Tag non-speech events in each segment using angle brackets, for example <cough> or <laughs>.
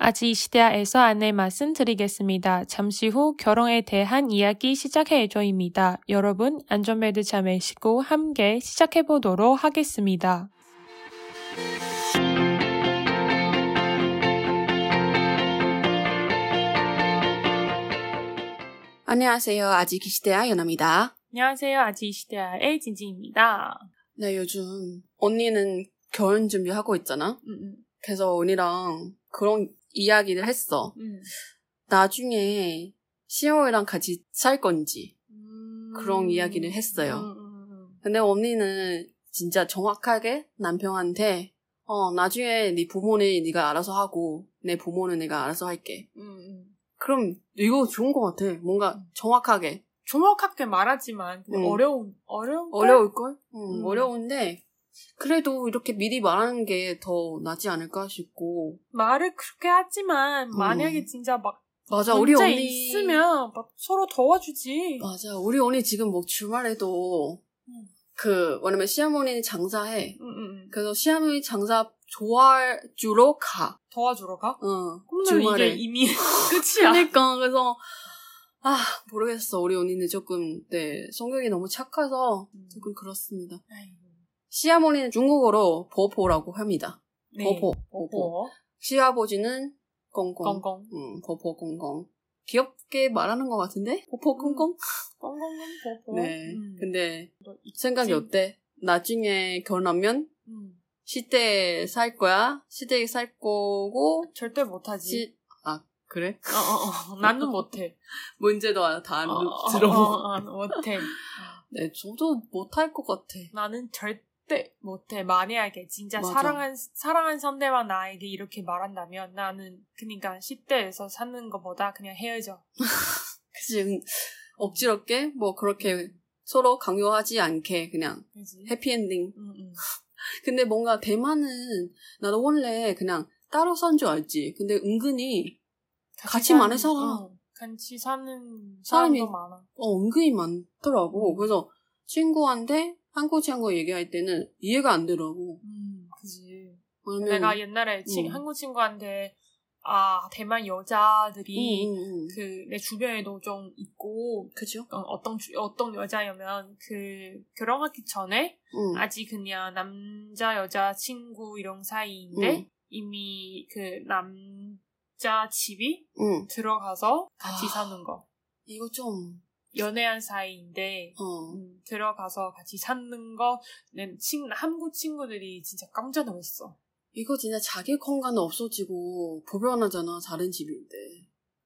아직 이 시대에서 안내 말씀드리겠습니다. 잠시 후 결혼에 대한 이야기 시작해 줘입니다. 여러분 안전벨트 잘 매시고 함께 시작해 보도록 하겠습니다. 안녕하세요. 아지키시대아 연아입니다. 안녕하세요. 아직 이 시대의 진진입니다. 네, 요즘 언니는 결혼 준비하고 있잖아. 음, 그래서 언니랑 그런 이야기를 했어. 음, 나중에 시호이랑 같이 살 건지. 음. 그런 이야기를 했어요. 음, 음, 근데 언니는 진짜 정확하게 남편한테 어 나중에 네 부모는 네가 알아서 하고 내 부모는 내가 알아서 할게. 음, 음. 그럼 이거 좋은 것 같아. 뭔가 정확하게 정확하게 말하지만 그냥 음. 어려운 어려운 걸? 어려울 걸? 응, 음. 어려운데 그래도 이렇게 미리 말하는 게 더 낫지 않을까 싶고 말을 그렇게 하지만 음. 만약에 진짜 막 맞아 우리 문제 언니 있으면 막 서로 도와주지. 맞아 우리 언니 지금 뭐 주말에도 음. 그 왜냐면 시어머니는 장사해. 응, 응, 응. 그래서 시어머니 장사 좋아할 주로 가. 도와주러 가? 응. 그러면 주말에. 이게 <laughs> 이미 끝이야. <laughs> 그러니까 그래서 아 모르겠어 우리 언니는 조금 네 성격이 너무 착해서 음. 조금 그렇습니다. 아이고. 시어머니는 중국어로 버포라고 합니다. 네. 버포 버포. 버퍼. 시아버지는 꽁꽁. 꽁꽁. 음 버포 꽁꽁. 귀엽게 말하는 것 같은데 버포 꽁꽁. 꽁꽁은 버퍼. 네. 음. 근데 너 이- 생각이 진- 어때? 나중에 결혼하면 음. 시댁에 살 거야. 시댁에 살 거고 절대 못하지. 시... 아 그래? 어, 어, <laughs> 어. 나는 못해. 문제도 다 안 어, 어, 들어. 어, 어, 못해. <laughs> 네, 저도 못할 것 같아. 나는 절대 못해. 만약에 진짜 맞아. 사랑한 사랑한 상대와 나에게 이렇게 말한다면 나는 그러니까 10대에서 사는 것보다 그냥 헤어져. 지금 음, 억지롭게 뭐 네. 그렇게 서로 강요하지 않게 그냥 그지? 음, 해피엔딩. 응, 응. 근데 뭔가 대만은 나도 원래 그냥 따로 산 줄 알지. 근데 은근히 같이 사는- 많이 살아. 어, 같이 사는 사람이- 사람도 많아. 어 은근히 음. 많더라고. 그래서 친구한테 한국 친구 얘기할 때는 이해가 안 되더라고. 음, 그지. 왜냐면 내가 옛날에 친, 음. 한국 친구한테 아 대만 여자들이 응, 응, 응. 그 내 주변에도 좀 있고 그죠? 어, 어떤 주- 어떤 여자면 그 결혼하기 전에 응. 아직 그냥 남자 여자 친구 이런 사이인데 음. 이미 그 남자 집이 응. 들어가서 같이 아. 사는 거 이거 좀 연애한 사이인데 어. 음, 들어가서 같이 사는 거는 친 한국 친구들이 진짜 깜짝 놀랐어. 이거 진짜 자기 공간은 없어지고 불편하잖아 다른 집인데.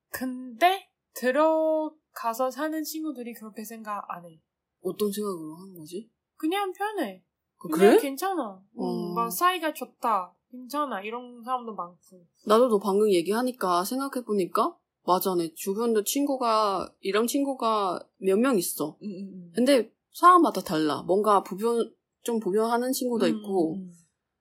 근데 들어가서 사는 친구들이 그렇게 생각 안 해. 어떤 생각으로 한 거지? 그냥 편해. 그냥 어, 그래? 괜찮아. 음, 어. 막 사이가 좋다. 괜찮아. 이런 사람도 많고. 나도 너 방금 얘기하니까 생각해보니까 맞아 내 주변도 친구가 이런 친구가 몇 명 있어 음, 음, 음. 근데 사람마다 달라 뭔가 부변 좀 부변하는 친구도 음, 있고 음, 음.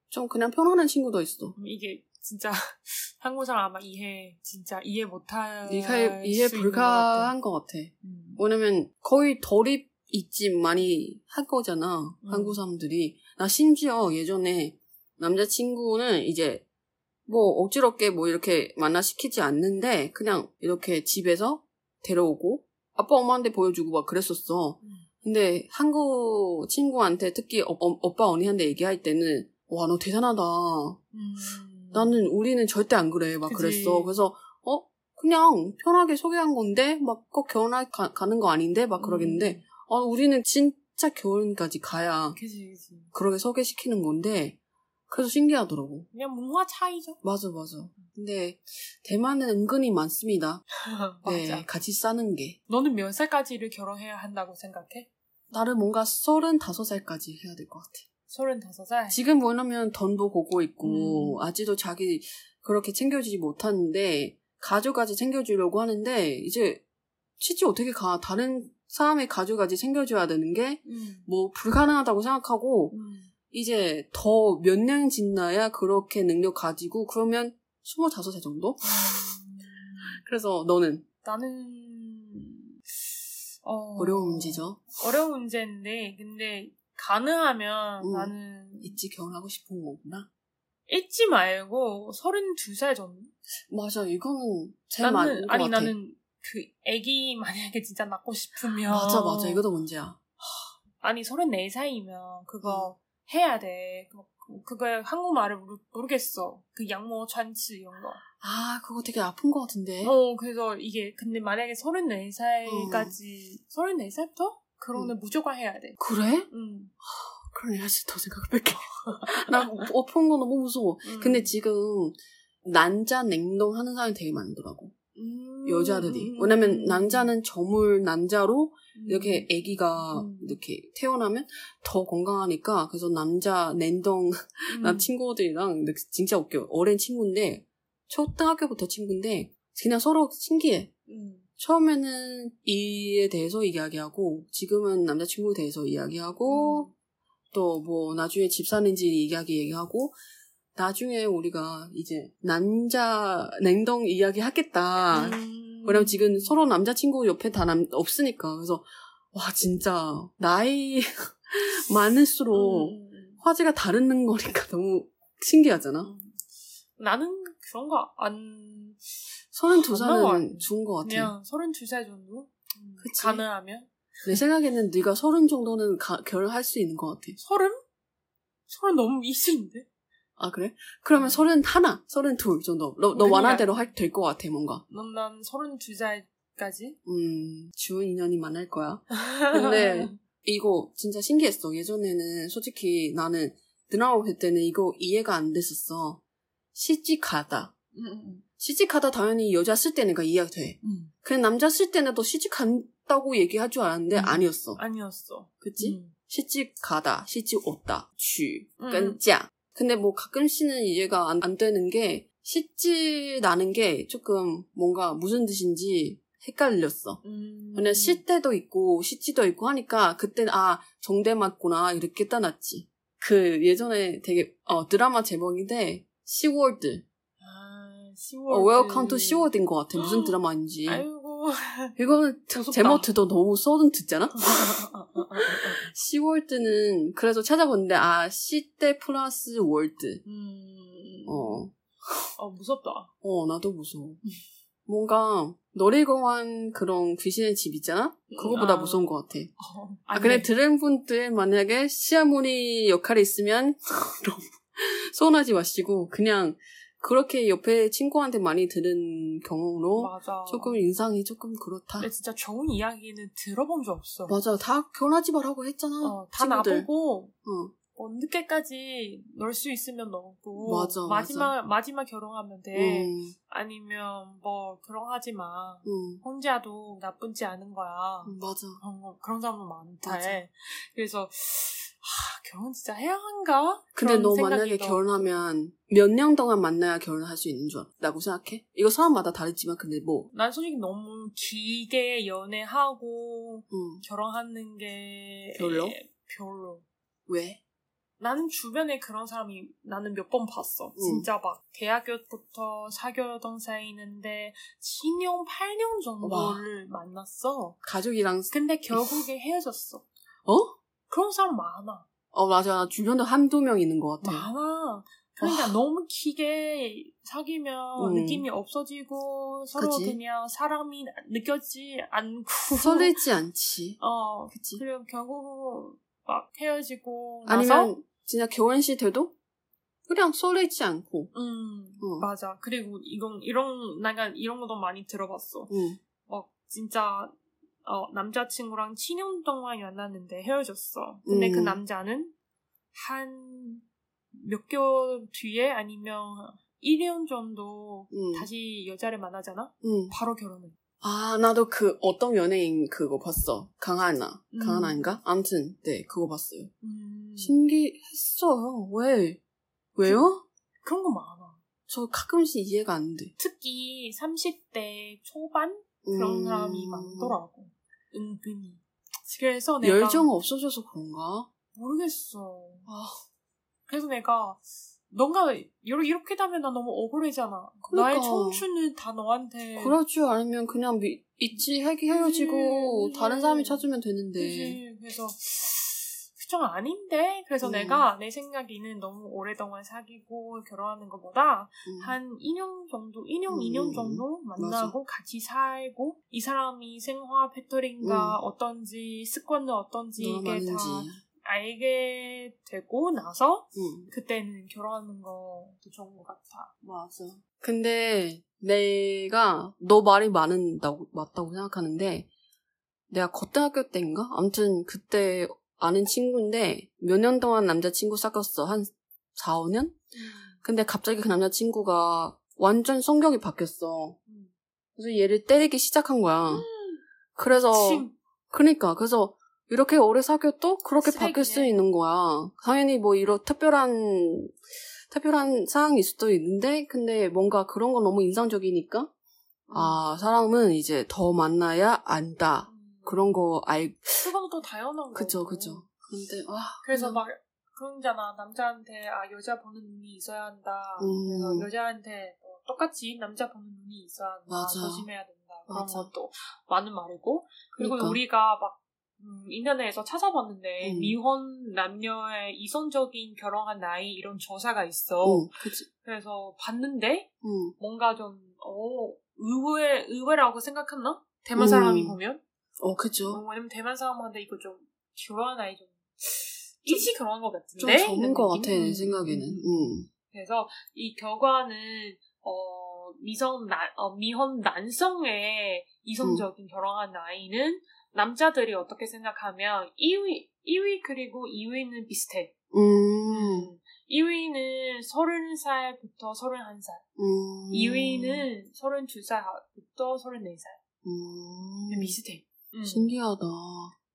좀 그냥 편안한 친구도 있어 음, 이게 진짜 <laughs> 한국 사람 아마 이해 진짜 이해 못할 이해, 아, 수 이해 있는 것 같아. 불가한 것 같아 음. 왜냐면 거의 덜입 있지 많이 할 거잖아 음. 한국 사람들이 나 심지어 예전에 남자친구는 이제 뭐 억지롭게 뭐 이렇게 만나 시키지 않는데 그냥 이렇게 집에서 데려오고 아빠 엄마한테 보여주고 막 그랬었어 음. 근데 한국 친구한테 특히 어- 어- 오빠 언니한테 얘기할 때는 와 너 대단하다 음. 나는 우리는 절대 안 그래 막 그치. 그랬어 그래서 어 그냥 편하게 소개한 건데 막 꼭 결혼할 가, 가는 거 아닌데 막 그러겠는데 음. 어 우리는 진짜 결혼까지 가야 그지 그지. 그렇게 소개시키는 건데 그래서 신기하더라고 그냥 문화 차이죠. <laughs> 맞아 맞아 근데 대만은 은근히 많습니다 맞아. 네 같이 사는 게 너는 몇 살까지를 결혼해야 한다고 생각해? 나를 뭔가 서른다섯 살까지 해야 될 것 같아 서른다섯 살. 지금 뭐냐면 돈도 보고 있고 음. 아직도 자기 그렇게 챙겨주지 못하는데 가족까지 챙겨주려고 하는데 이제 실제 어떻게 가 다른 사람의 가족까지 챙겨줘야 되는 음. 게 뭐 불가능하다고 생각하고 음. 이제 더 몇 년 지나야 그렇게 능력 가지고 그러면 25살 정도? 그래서 너는 나는 어... 어려운 문제죠. 어려운 문제인데 근데 가능하면 음. 나는 있지 결혼하고 싶은 거구나. 잊지 말고 32살 전 맞아, 이거는 제일 많은 나는 것 아니 같아. 나는 그 애기 만약에 진짜 낳고 싶으면 맞아, 맞아. 이거도 문제야. 아니 34살이면 음. 그거 해야 돼. 그거, 그거에 한국말을 모르, 모르겠어. 그 양모 잔치 이런 거. 아, 그거 되게 아픈 것 같은데. 어 그래서 이게 근데 만약에 음. 34살까지 34살부터 그러면 무조건 해야 돼. 그래? 음. 그러네, 사실 더 생각을 뺄게. <laughs> 나 아픈 거 너무 무서워. 음. 근데 지금 난자 냉동 하는 사람이 되게 많더라고. 음. 여자들이. 음. 왜냐면 난자는 저물 난자로 음. 이렇게 아기가 음. 이렇게 태어나면 더 건강하니까 그래서 남자 냉동 음. 남 친구들이랑 근데 그 진짜 웃겨. 어린 친구인데 초등학교부터 친구인데 그냥 서로 신기해. 음. 처음에는 이에 대해서 이야기하고 지금은 남자친구에 대해서 음. 이야기하고 또 뭐 나중에 집 사는지 이야기 얘기하고 나중에 우리가 이제 남자 냉동 이야기 하겠다. 음. 왜냐면 아, 지금 서로 남자친구 옆에 다 남, 없으니까 그래서 와 진짜 나이 <laughs> 많을수록 음, 음, 화제가 다른 거니까 너무 신기하잖아. 음. 나는 그런 거안 32살은 좋은 것 같아. 그냥 32살 정도 음, 그치. 가능하면 내 생각에는 네가 30 정도는 가- 결혼할 수 있는 것 같아. 서른 서른 너무 있으신데 아 그래? 그러면 31, 32 정도. 너, 너 우리가- 원하대로 될 것 같아 뭔가. 난, 난 32살까지 음, 좋은 인연이 <laughs> 많을 거야. 근데 이거 진짜 신기했어. 예전에는 솔직히 나는 드라마 볼 때는 이거 이해가 안 됐었어. 시집가다. 음, 시집가다 당연히 여자 쓸 때는 그 이해가 돼. 음. 그냥 남자 쓸 때는 또 시집 간다고 얘기할 줄 알았는데 음. 아니었어. 아니었어 그치? 음. 시집 가다, 시집 오다, 쥐, 음. 끈짜. 근데 뭐 가끔씩은 이해가 안, 안 되는 게 시집 나는 게 조금 뭔가 무슨 뜻인지 헷갈렸어. 음. 그냥 시 때도 있고 시지도 있고 하니까 그때 아 정대 맞구나 이렇게 따놨지. 그 예전에 되게 어, 드라마 제목인데 시월드 아, 어, 10월 웰컴 투 시월드인 것 같아 무슨 드라마인지 아이고 이거는 무섭다. 제목 듣도 너무 <laughs> 써든 듣잖아 시월드는 그래서 찾아봤는데 아 시대 플러스 월드 음. 어 어, 무섭다 어, 나도 무서워. 뭔가 노래공원 그런 귀신의 집 있잖아? 그거보다 아. 무서운 것 같아. 어, 아, 안 근데 돼. 들은 분들 만약에 시아모니 역할이 있으면 <laughs> 너무 서운하지 마시고 그냥 그렇게 옆에 친구한테 많이 들은 경험으로 맞아 조금 인상이 조금 그렇다. 근데 진짜 좋은 이야기는 들어본 적 없어 맞아, 다 결혼하지 말라고 했잖아. 어, 다 친구들. 나보고 어, 뭐 늦게까지 놀 수 있으면 놀고 맞아, 마지막 마지막 결혼하면 돼 음, 아니면 뭐 결혼하지 마 음, 혼자도 나쁘지 않은 거야 음, 맞아. 그런 거- 그런 사람도 많다 맞아. 그래서 하, 결혼 진짜 해야 한가 근데 그런 너 생각이 만약에 더- 결혼하면 몇 년 동안 만나야 결혼할 수 있는 줄 알라고 생각해? 이거 사람마다 다르지만 근데 뭐, 난 솔직히 너무 길게 연애하고 음, 결혼하는 게 별로? 별로 왜? 나는 주변에 그런 사람이 나는 몇 번 봤어. 응. 진짜 막 대학교부터 사귀었던 사이인데 7년, 8년 정도를 만났어. 가족이랑 근데 결국에 헤어졌어. 어? 그런 사람 많아. 어 맞아 나 주변에 한두 명 있는 것 같아. 많아. 그러니까 너무 길게 사귀면 응. 느낌이 없어지고 서로 그치. 그냥 사람이 느껴지 않고 설레지 않지. <laughs> 어 그치. 그리고 결국 막 헤어지고 나서 아니면 진짜 결혼식 돼도 그냥 설레지 않고. 음, 어. 맞아. 그리고 이건 이런 약간 이런 것도 많이 들어봤어. 응. 막 진짜 어, 남자친구랑 7년 동안 만났는데 헤어졌어. 근데 음. 그 남자는 한 몇 개월 뒤에 아니면 1년 정도 응. 다시 여자를 만나잖아. 응. 바로 결혼해. 아 나도 그 어떤 연예인 그거 봤어. 강하나. 음. 강하나인가? 아무튼 네 그거 봤어요. 음, 신기했어요. 왜? 왜요? 그런 거 많아. 저 가끔씩 이해가 안 돼. 특히 30대 초반 그런 음. 사람이 많더라고. 은근히. 그래서 내가 열정 없어져서 그런가? 모르겠어. 아. 그래서 내가 뭔가 이러- 이렇게 되면 나 너무 억울해잖아. 그러니까. 나의 청춘을 다 너한테 그럴 줄 알면 그냥 미, 있지 헤- 헤어지고 음. 다른 사람이 찾으면 되는데. 그지. 그래서 추정 아닌데 그래서 음. 내가 내 생각에는 너무 오랫동안 사귀고 결혼하는 것보다 음. 한 2년 정도, 1년, 음, 2년 정도 만나고 같이 살고 이 사람이 생활 패턴인가 어떤지 습관은 어떤지 음. 너무 이게 다 많은지. 알게 되고 나서 음. 그때는 결혼하는 것도 좋은 것 같아. 맞아. 근데 내가 너 말이 많은다고 맞다고 생각하는데 내가 겉대학교 때인가? 아무튼 그때 아는 친구인데 몇 년 동안 남자친구 사귀었어. 한 4, 5년? 근데 갑자기 그 남자친구가 완전 성격이 바뀌었어. 음. 그래서 얘를 때리기 시작한 거야. 그래서 침. 음. 그러니까 그래서 이렇게 오래 사귀어도 그렇게 쓰레기네. 바뀔 수 있는 거야. 당연히 뭐 이런 특별한 특별한 상황일 수도 있는데 근데 뭔가 그런 건 너무 인상적이니까 음. 아 사람은 이제 더 만나야 안다 음. 그런 거 알. 수방도 다양한 거. 그죠 그죠. 근데 와 그래서 음. 막 그런잖아 남자한테 아 여자 보는 눈이 있어야 한다. 음. 그래서 여자한테 뭐 똑같이 남자 보는 눈이 있어야 한다. 맞아. 조심해야 된다. 그런 맞아. 것도 많은 말이고 그리고 그러니까. 우리가 막 음, 인터넷에서 찾아봤는데 음. 미혼 남녀의 이성적인 결혼한 나이 이런 조사가 있어. 응, 그치. 음. 그래서 봤는데 응. 뭔가 좀 어, 의외 의외라고 생각했나? 대만 음. 사람이 보면 어 그죠. 어, 왜냐면 대만 사람한테 이거 좀 결혼한 아이 좀 일찍 결혼한 것 같은데 좀 젊은 이런 거 느낌? 같아 내 네? 음. 생각에는. 응. 그래서 이 결과는 어 미성 나, 어, 미혼 난성의 음. 이성적인 결혼한 나이는 남자들이 어떻게 생각하면 1위 1위 그리고 2위는 비슷해. 음. 1위는 30살부터 31살, 음. 2위는 32살부터 34살. 음. 비슷해. 음. 신기하다.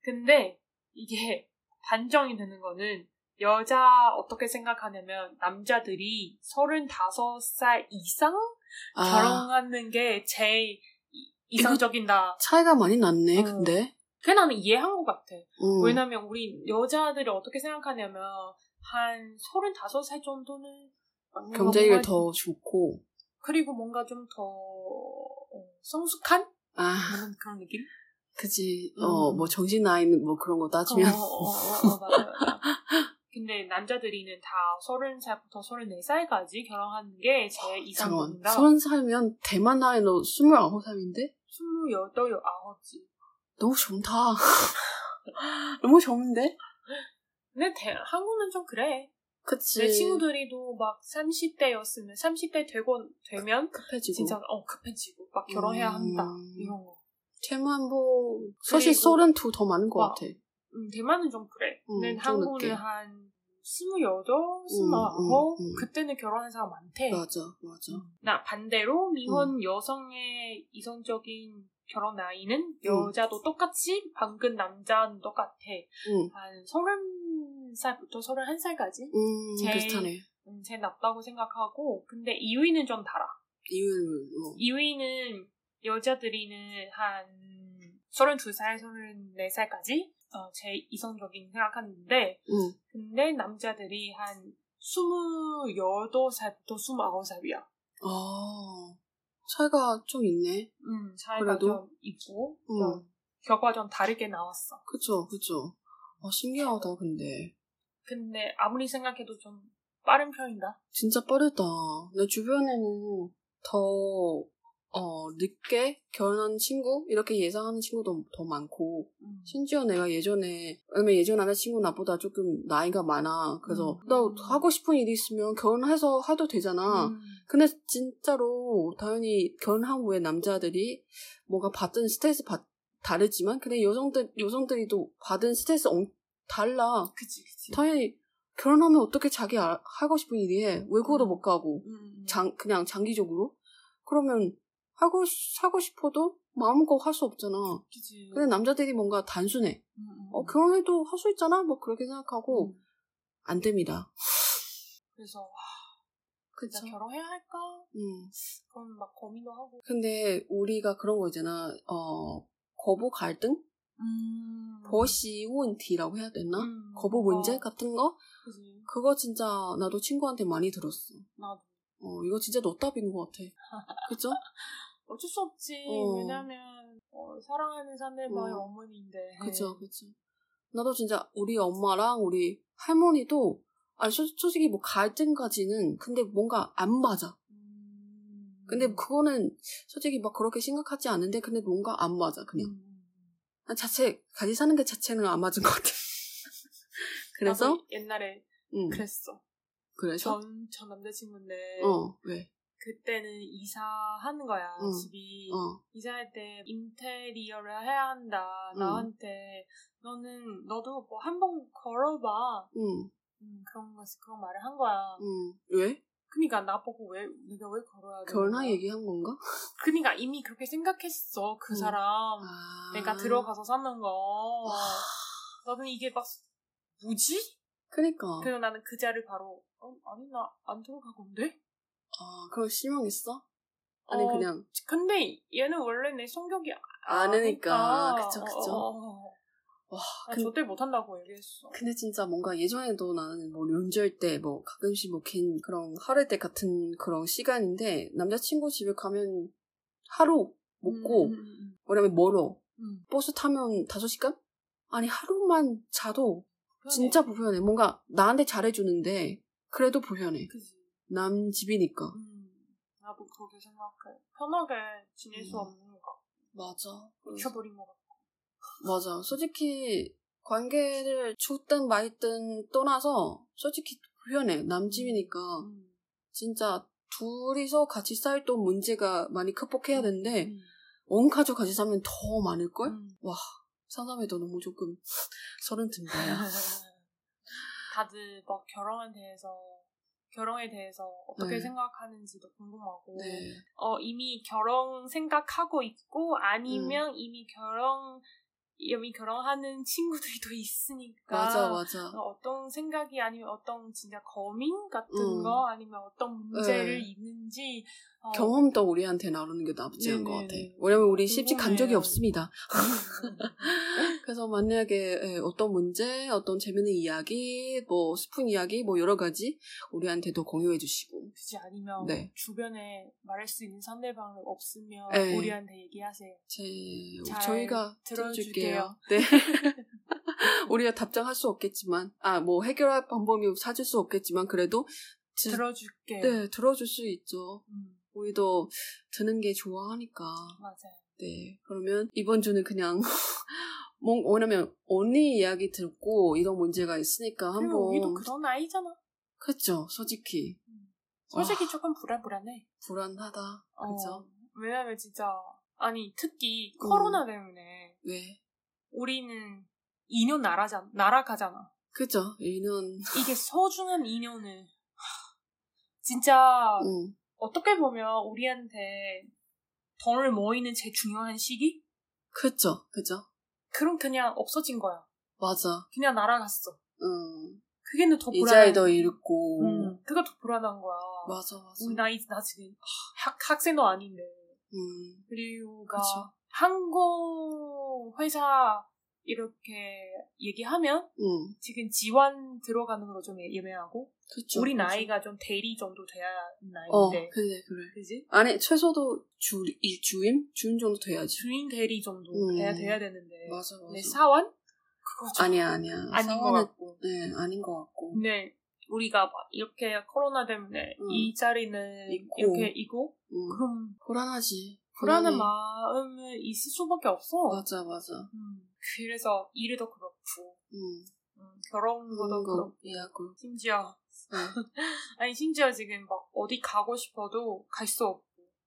근데 이게 반정이 되는 거는 여자 어떻게 생각하냐면 남자들이 35살 이상 아, 결혼하는 게 제일 이- 이상적이다. 차이가 많이 났네 어. 근데. 어. 그게 나는 이해한 것 같아. 응. 왜냐면 우리 여자들이 어떻게 생각하냐면 한 35살 정도는 뭔가 경제력이 뭔가- 더 좋고 그리고 뭔가 좀 더 어, 성숙한 아 그런- 그런 느낌? 그지 음. 어 뭐 정신 나이는 뭐 그런 거 따지면 어, 어, 어, 어, 맞아요. 맞아요. 근데 남자들이는 다 서른 살부터 서른네 살까지 결혼하는 게 제 잠깐 이상입니다. 아, 서른 살면 대만 나이로 스물아홉 살인데 스물여덟, 아홉지. 너무 좋다 <laughs> 너무 좋은데 근데 대- 한국은 좀 그래. 그치 내 친구들이도 막 30대였으면 30대 되고 되면 급해지고 진짜 어 급해지고 막 결혼해야 한다 음. 이런 거. 대만 뭐 사실 그리고- 서른 두 더 많은 것 와. 같아 음, 대만은 좀 그래. 음, 근데 좀 한국은 늦게. 한 스물여덟, 스물아홉 음, 음. 그때는 결혼한 사람 많대. 맞아 맞아 나 반대로 음. 미혼 여성의 이성적인 결혼 음. 나이는 여자도 똑같이 방금 남자는 똑같아 응. 한 서른 살부터 서른한 살까지 음 제일- 비슷하네 음, 제일 낮다고 생각하고 근데 2위는 좀 달라 이유는 뭐. 어. 2위는 여자들이는 한 32살, 34살까지 어, 제 이성적인 생각하는데 응. 근데 남자들이 한 28살부터 29살이야 아 차이가 좀 있네 음, 차이가 그래도? 음. 좀 있고 응 좀 결과 좀 다르게 나왔어. 그쵸 그쵸 아 신기하다 근데 근데 아무리 생각해도 좀 빠른 편이다. 진짜 빠르다. 내 주변에는 더, 어, 늦게 결혼한 친구? 이렇게 예상하는 친구도 더 많고, 음. 심지어 내가 예전에, 왜냐면 예전 남자친구 나보다 조금 나이가 많아. 그래서, 음. 나 하고 싶은 일이 있으면 결혼해서 해도 되잖아. 음. 근데 진짜로, 당연히 결혼한 후에 남자들이 뭔가 받은 스트레스 받, 다르지만, 근데 여성들, 여성들이 또 받은 스트레스 엄, 달라. 그치 그치. 당연히 결혼하면 어떻게 자기 알- 하고 싶은 일이 해 외국어도 음. 못 가고 음. 장 그냥 장기적으로 그러면 하고 시- 하고 싶어도 마음껏 할 수 없잖아 그치. 근데 남자들이 뭔가 단순해 음, 음, 어 음. 결혼해도 할 수 있잖아 뭐 그렇게 생각하고 음. 안 됩니다 그래서 와, 그죠 진짜 결혼해야 할까? 음 그럼 막 고민도 하고. 근데 우리가 그런 거 있잖아 어 거부 갈등 음. 버시 원티라고 해야 되나 음, 거부 뭔가, 문제 같은 거 그치. 그거 진짜 나도 친구한테 많이 들었어 나도. 어 이거 진짜 너답인 것 같아 그죠 어쩔 수 없지. 어. 왜냐면 어, 사랑하는 상대방의 어. 어머니인데. 그죠, 그죠. 나도 진짜 우리 엄마랑 우리 할머니도 아니 솔- 솔직히 뭐 갈등까지는 근데 뭔가 안 맞아. 음. 근데 그거는 솔직히 막 그렇게 심각하지 않은데 근데 뭔가 안 맞아 그냥. 음. 난 자체 같이 사는 게 자체는 안 맞은 것 같아. <laughs> 그래서 나도 옛날에 응 그랬어. 그래서 전, 전 남자친구인데, 어 왜? 그때는 이사하는 거야, 응. 집이. 어 이사할 때 인테리어를 해야 한다. 응. 나한테, 너는, 너도 뭐 한번 걸어봐. 응 음, 그런 거, 그런 말을 한 거야. 응 왜? 그니까 나보고 왜, 네가 왜 걸어야 돼? 결혼할 얘기한 건가? 그니까 이미 그렇게 생각했어, 그 응. 사람. 아. 내가 그러니까 들어가서 사는 거. 와. 나는 이게 막, 뭐지? 그니까. 그래서 나는 그 자를 바로, 어, 아니, 나 안 들어가건데? 아, 그럼 실망했어? 아니, 어, 그냥, 근데 얘는 원래 내 성격이 아느니까. 아니까. 그쵸, 그쵸. 와, 나 근- 그, 저때 못한다고 얘기했어. 근데 진짜 뭔가 예전에도 나는 뭐 연주할 때 뭐 가끔씩 뭐 긴 그런 하루 때 같은 그런 시간인데 남자친구 집에 가면 하루 먹고, 음, 음, 음, 왜냐면 멀어. 음. 버스 타면 5시간? 아니, 하루만 자도 불편해. 진짜 불편해. 뭔가 나한테 잘해주는데 그래도 불편해. 그지. 남 집이니까. 음, 나도 그렇게 생각해. 편하게 지낼 수 음. 없는 것 같고, 맞아. 미쳐버린 것 같고. 맞아. 솔직히 관계를 좋든 말든 떠나서 솔직히 불편해. 남집이니까 음. 진짜 둘이서 같이 살 또 문제가 많이 극복해야 되는데 음. 원 가족 같이 살면 더 많을 걸? 음. <laughs> 상담해도 너무 조금 <laughs> 서른 아, 든다야. 다들 막 결혼에 대해서 결혼에 대해서 어떻게 네. 생각하는지도 궁금하고 네. 어, 이미 결혼 생각하고 있고 아니면 음. 이미 결혼 이미 결혼하는 친구들이 또 있으니까 맞아 맞아. 어, 어떤 생각이 아니면 어떤 진짜 고민 같은 음. 거 아니면 어떤 문제를 네. 있는지 어, 경험도 우리한테 나누는 게 나쁘지 않은 것 같아. 네네네. 왜냐면 우리 시집 간 적이 궁금해요. 없습니다. 음, 그래서 만약에 예, 어떤 문제, 어떤 재밌는 이야기, 뭐 스푼 이야기, 뭐 여러 가지 우리한테도 공유해 주시고. 굳이 아니면 <laughs> 네. 주변에 말할 수 있는 상대방 없으면 네. 우리한테 얘기하세요. 제, 잘 저희가 들어줄게요. 들어줄게요. 네. 우리가 답장할 수 없겠지만, 아, 뭐 해결할 방법이 찾을 수 없겠지만, 그래도, 지- 들어줄게. 네, 들어줄 수 있죠. 음, 우리도 드는 게 좋아하니까. 맞아요. 네. 그러면 이번 주는 그냥, <laughs> 뭔, 왜냐면 언니 이야기 듣고 이런 문제가 있으니까 한번. 그리고 우리도 그런 아이잖아. 그쵸, 솔직히. 솔직히 아. 조금 불안불안해. 불안하다. 어, 그죠? 왜냐면 진짜 아니 특히 음. 코로나 때문에 왜? 우리는 인연 날아자 날아가잖아. 그죠? 1년. 이게 소중한 인연을 하, 진짜 응. 어떻게 보면 우리한테 돈을 모이는 제일 중요한 시기 그죠? 그죠? 그럼 그냥 없어진 거야. 맞아. 그냥 날아갔어. 응. 그게 더 불안해. 이자에 더 잃고. 음, 그게 더 불안한 거야. 맞아, 맞아. 우리 나 이제 나 지금 학, 학생도 아닌데 음, 그리고가 그쵸. 한국 회사 이렇게 얘기하면 음, 지금 지원 들어가는 거 좀 예매하고 그쵸. 우리 그쵸. 나이가 좀 대리 정도 돼야 하는 어, 나이인데 그래, 그래. 그지? 아니, 최소도 주, 이 주임? 주임 정도 돼야지. 주인 대리 정도 음. 돼야 돼야 되는데 맞아, 맞아. 내 네. 사원 그거 좀 아니야, 아니야. 아닌 것 상황은- 같고 음. 네, 아닌 것 같고. 근데 네. 우리가 막 이렇게 코로나 때문에 음. 이 자리는 있고. 이렇게 있고 음. 그럼 불안하지. 불안한 불안해. 마음은 있을 수밖에 없어. 맞아, 맞아. 음, 그래서 일도 그렇고 음. 음, 결혼도 거 그렇고 예약을. 심지어 네. <laughs> 아니 심지어 지금 막 어디 가고 싶어도 갈 수 없고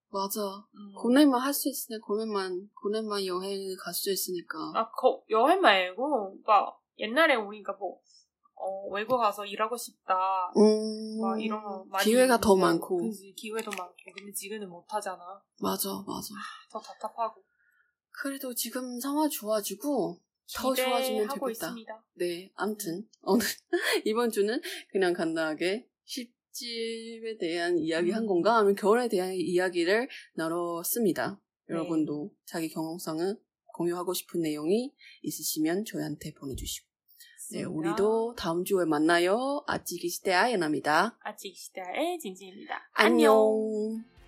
맞아. 음. 고뇌만 할 수 있으니까, 고뇌만, 고뇌만 여행을 갈 수 있으니까. 아, 거, 여행 말고 막 옛날에 우리가 뭐 어, 외국 가서 일하고 싶다 음. 막 이런 거 많이 기회가 더 있는데, 음. 많고. 그지 기회도 많고 근데 지금은 못 하잖아 맞아, 맞아. 더 답답하고 그래도 지금 상황 좋아지고, 더 좋아지면 기대하고 되겠다. 있습니다 네, 암튼 오늘 <laughs> 이번 주는 그냥 간단하게 십집에 대한 이야기 한 음. 건가 하면 겨울에 대한 이야기를 나눴습니다. 네. 여러분도 자기 경험상을 공유하고 싶은 내용이 있으시면 저희한테 보내주시고 네, 우리도 다음 주에 만나요. 아찌기 시대 아예나입니다. 아직 시대의 진지입니다 안녕.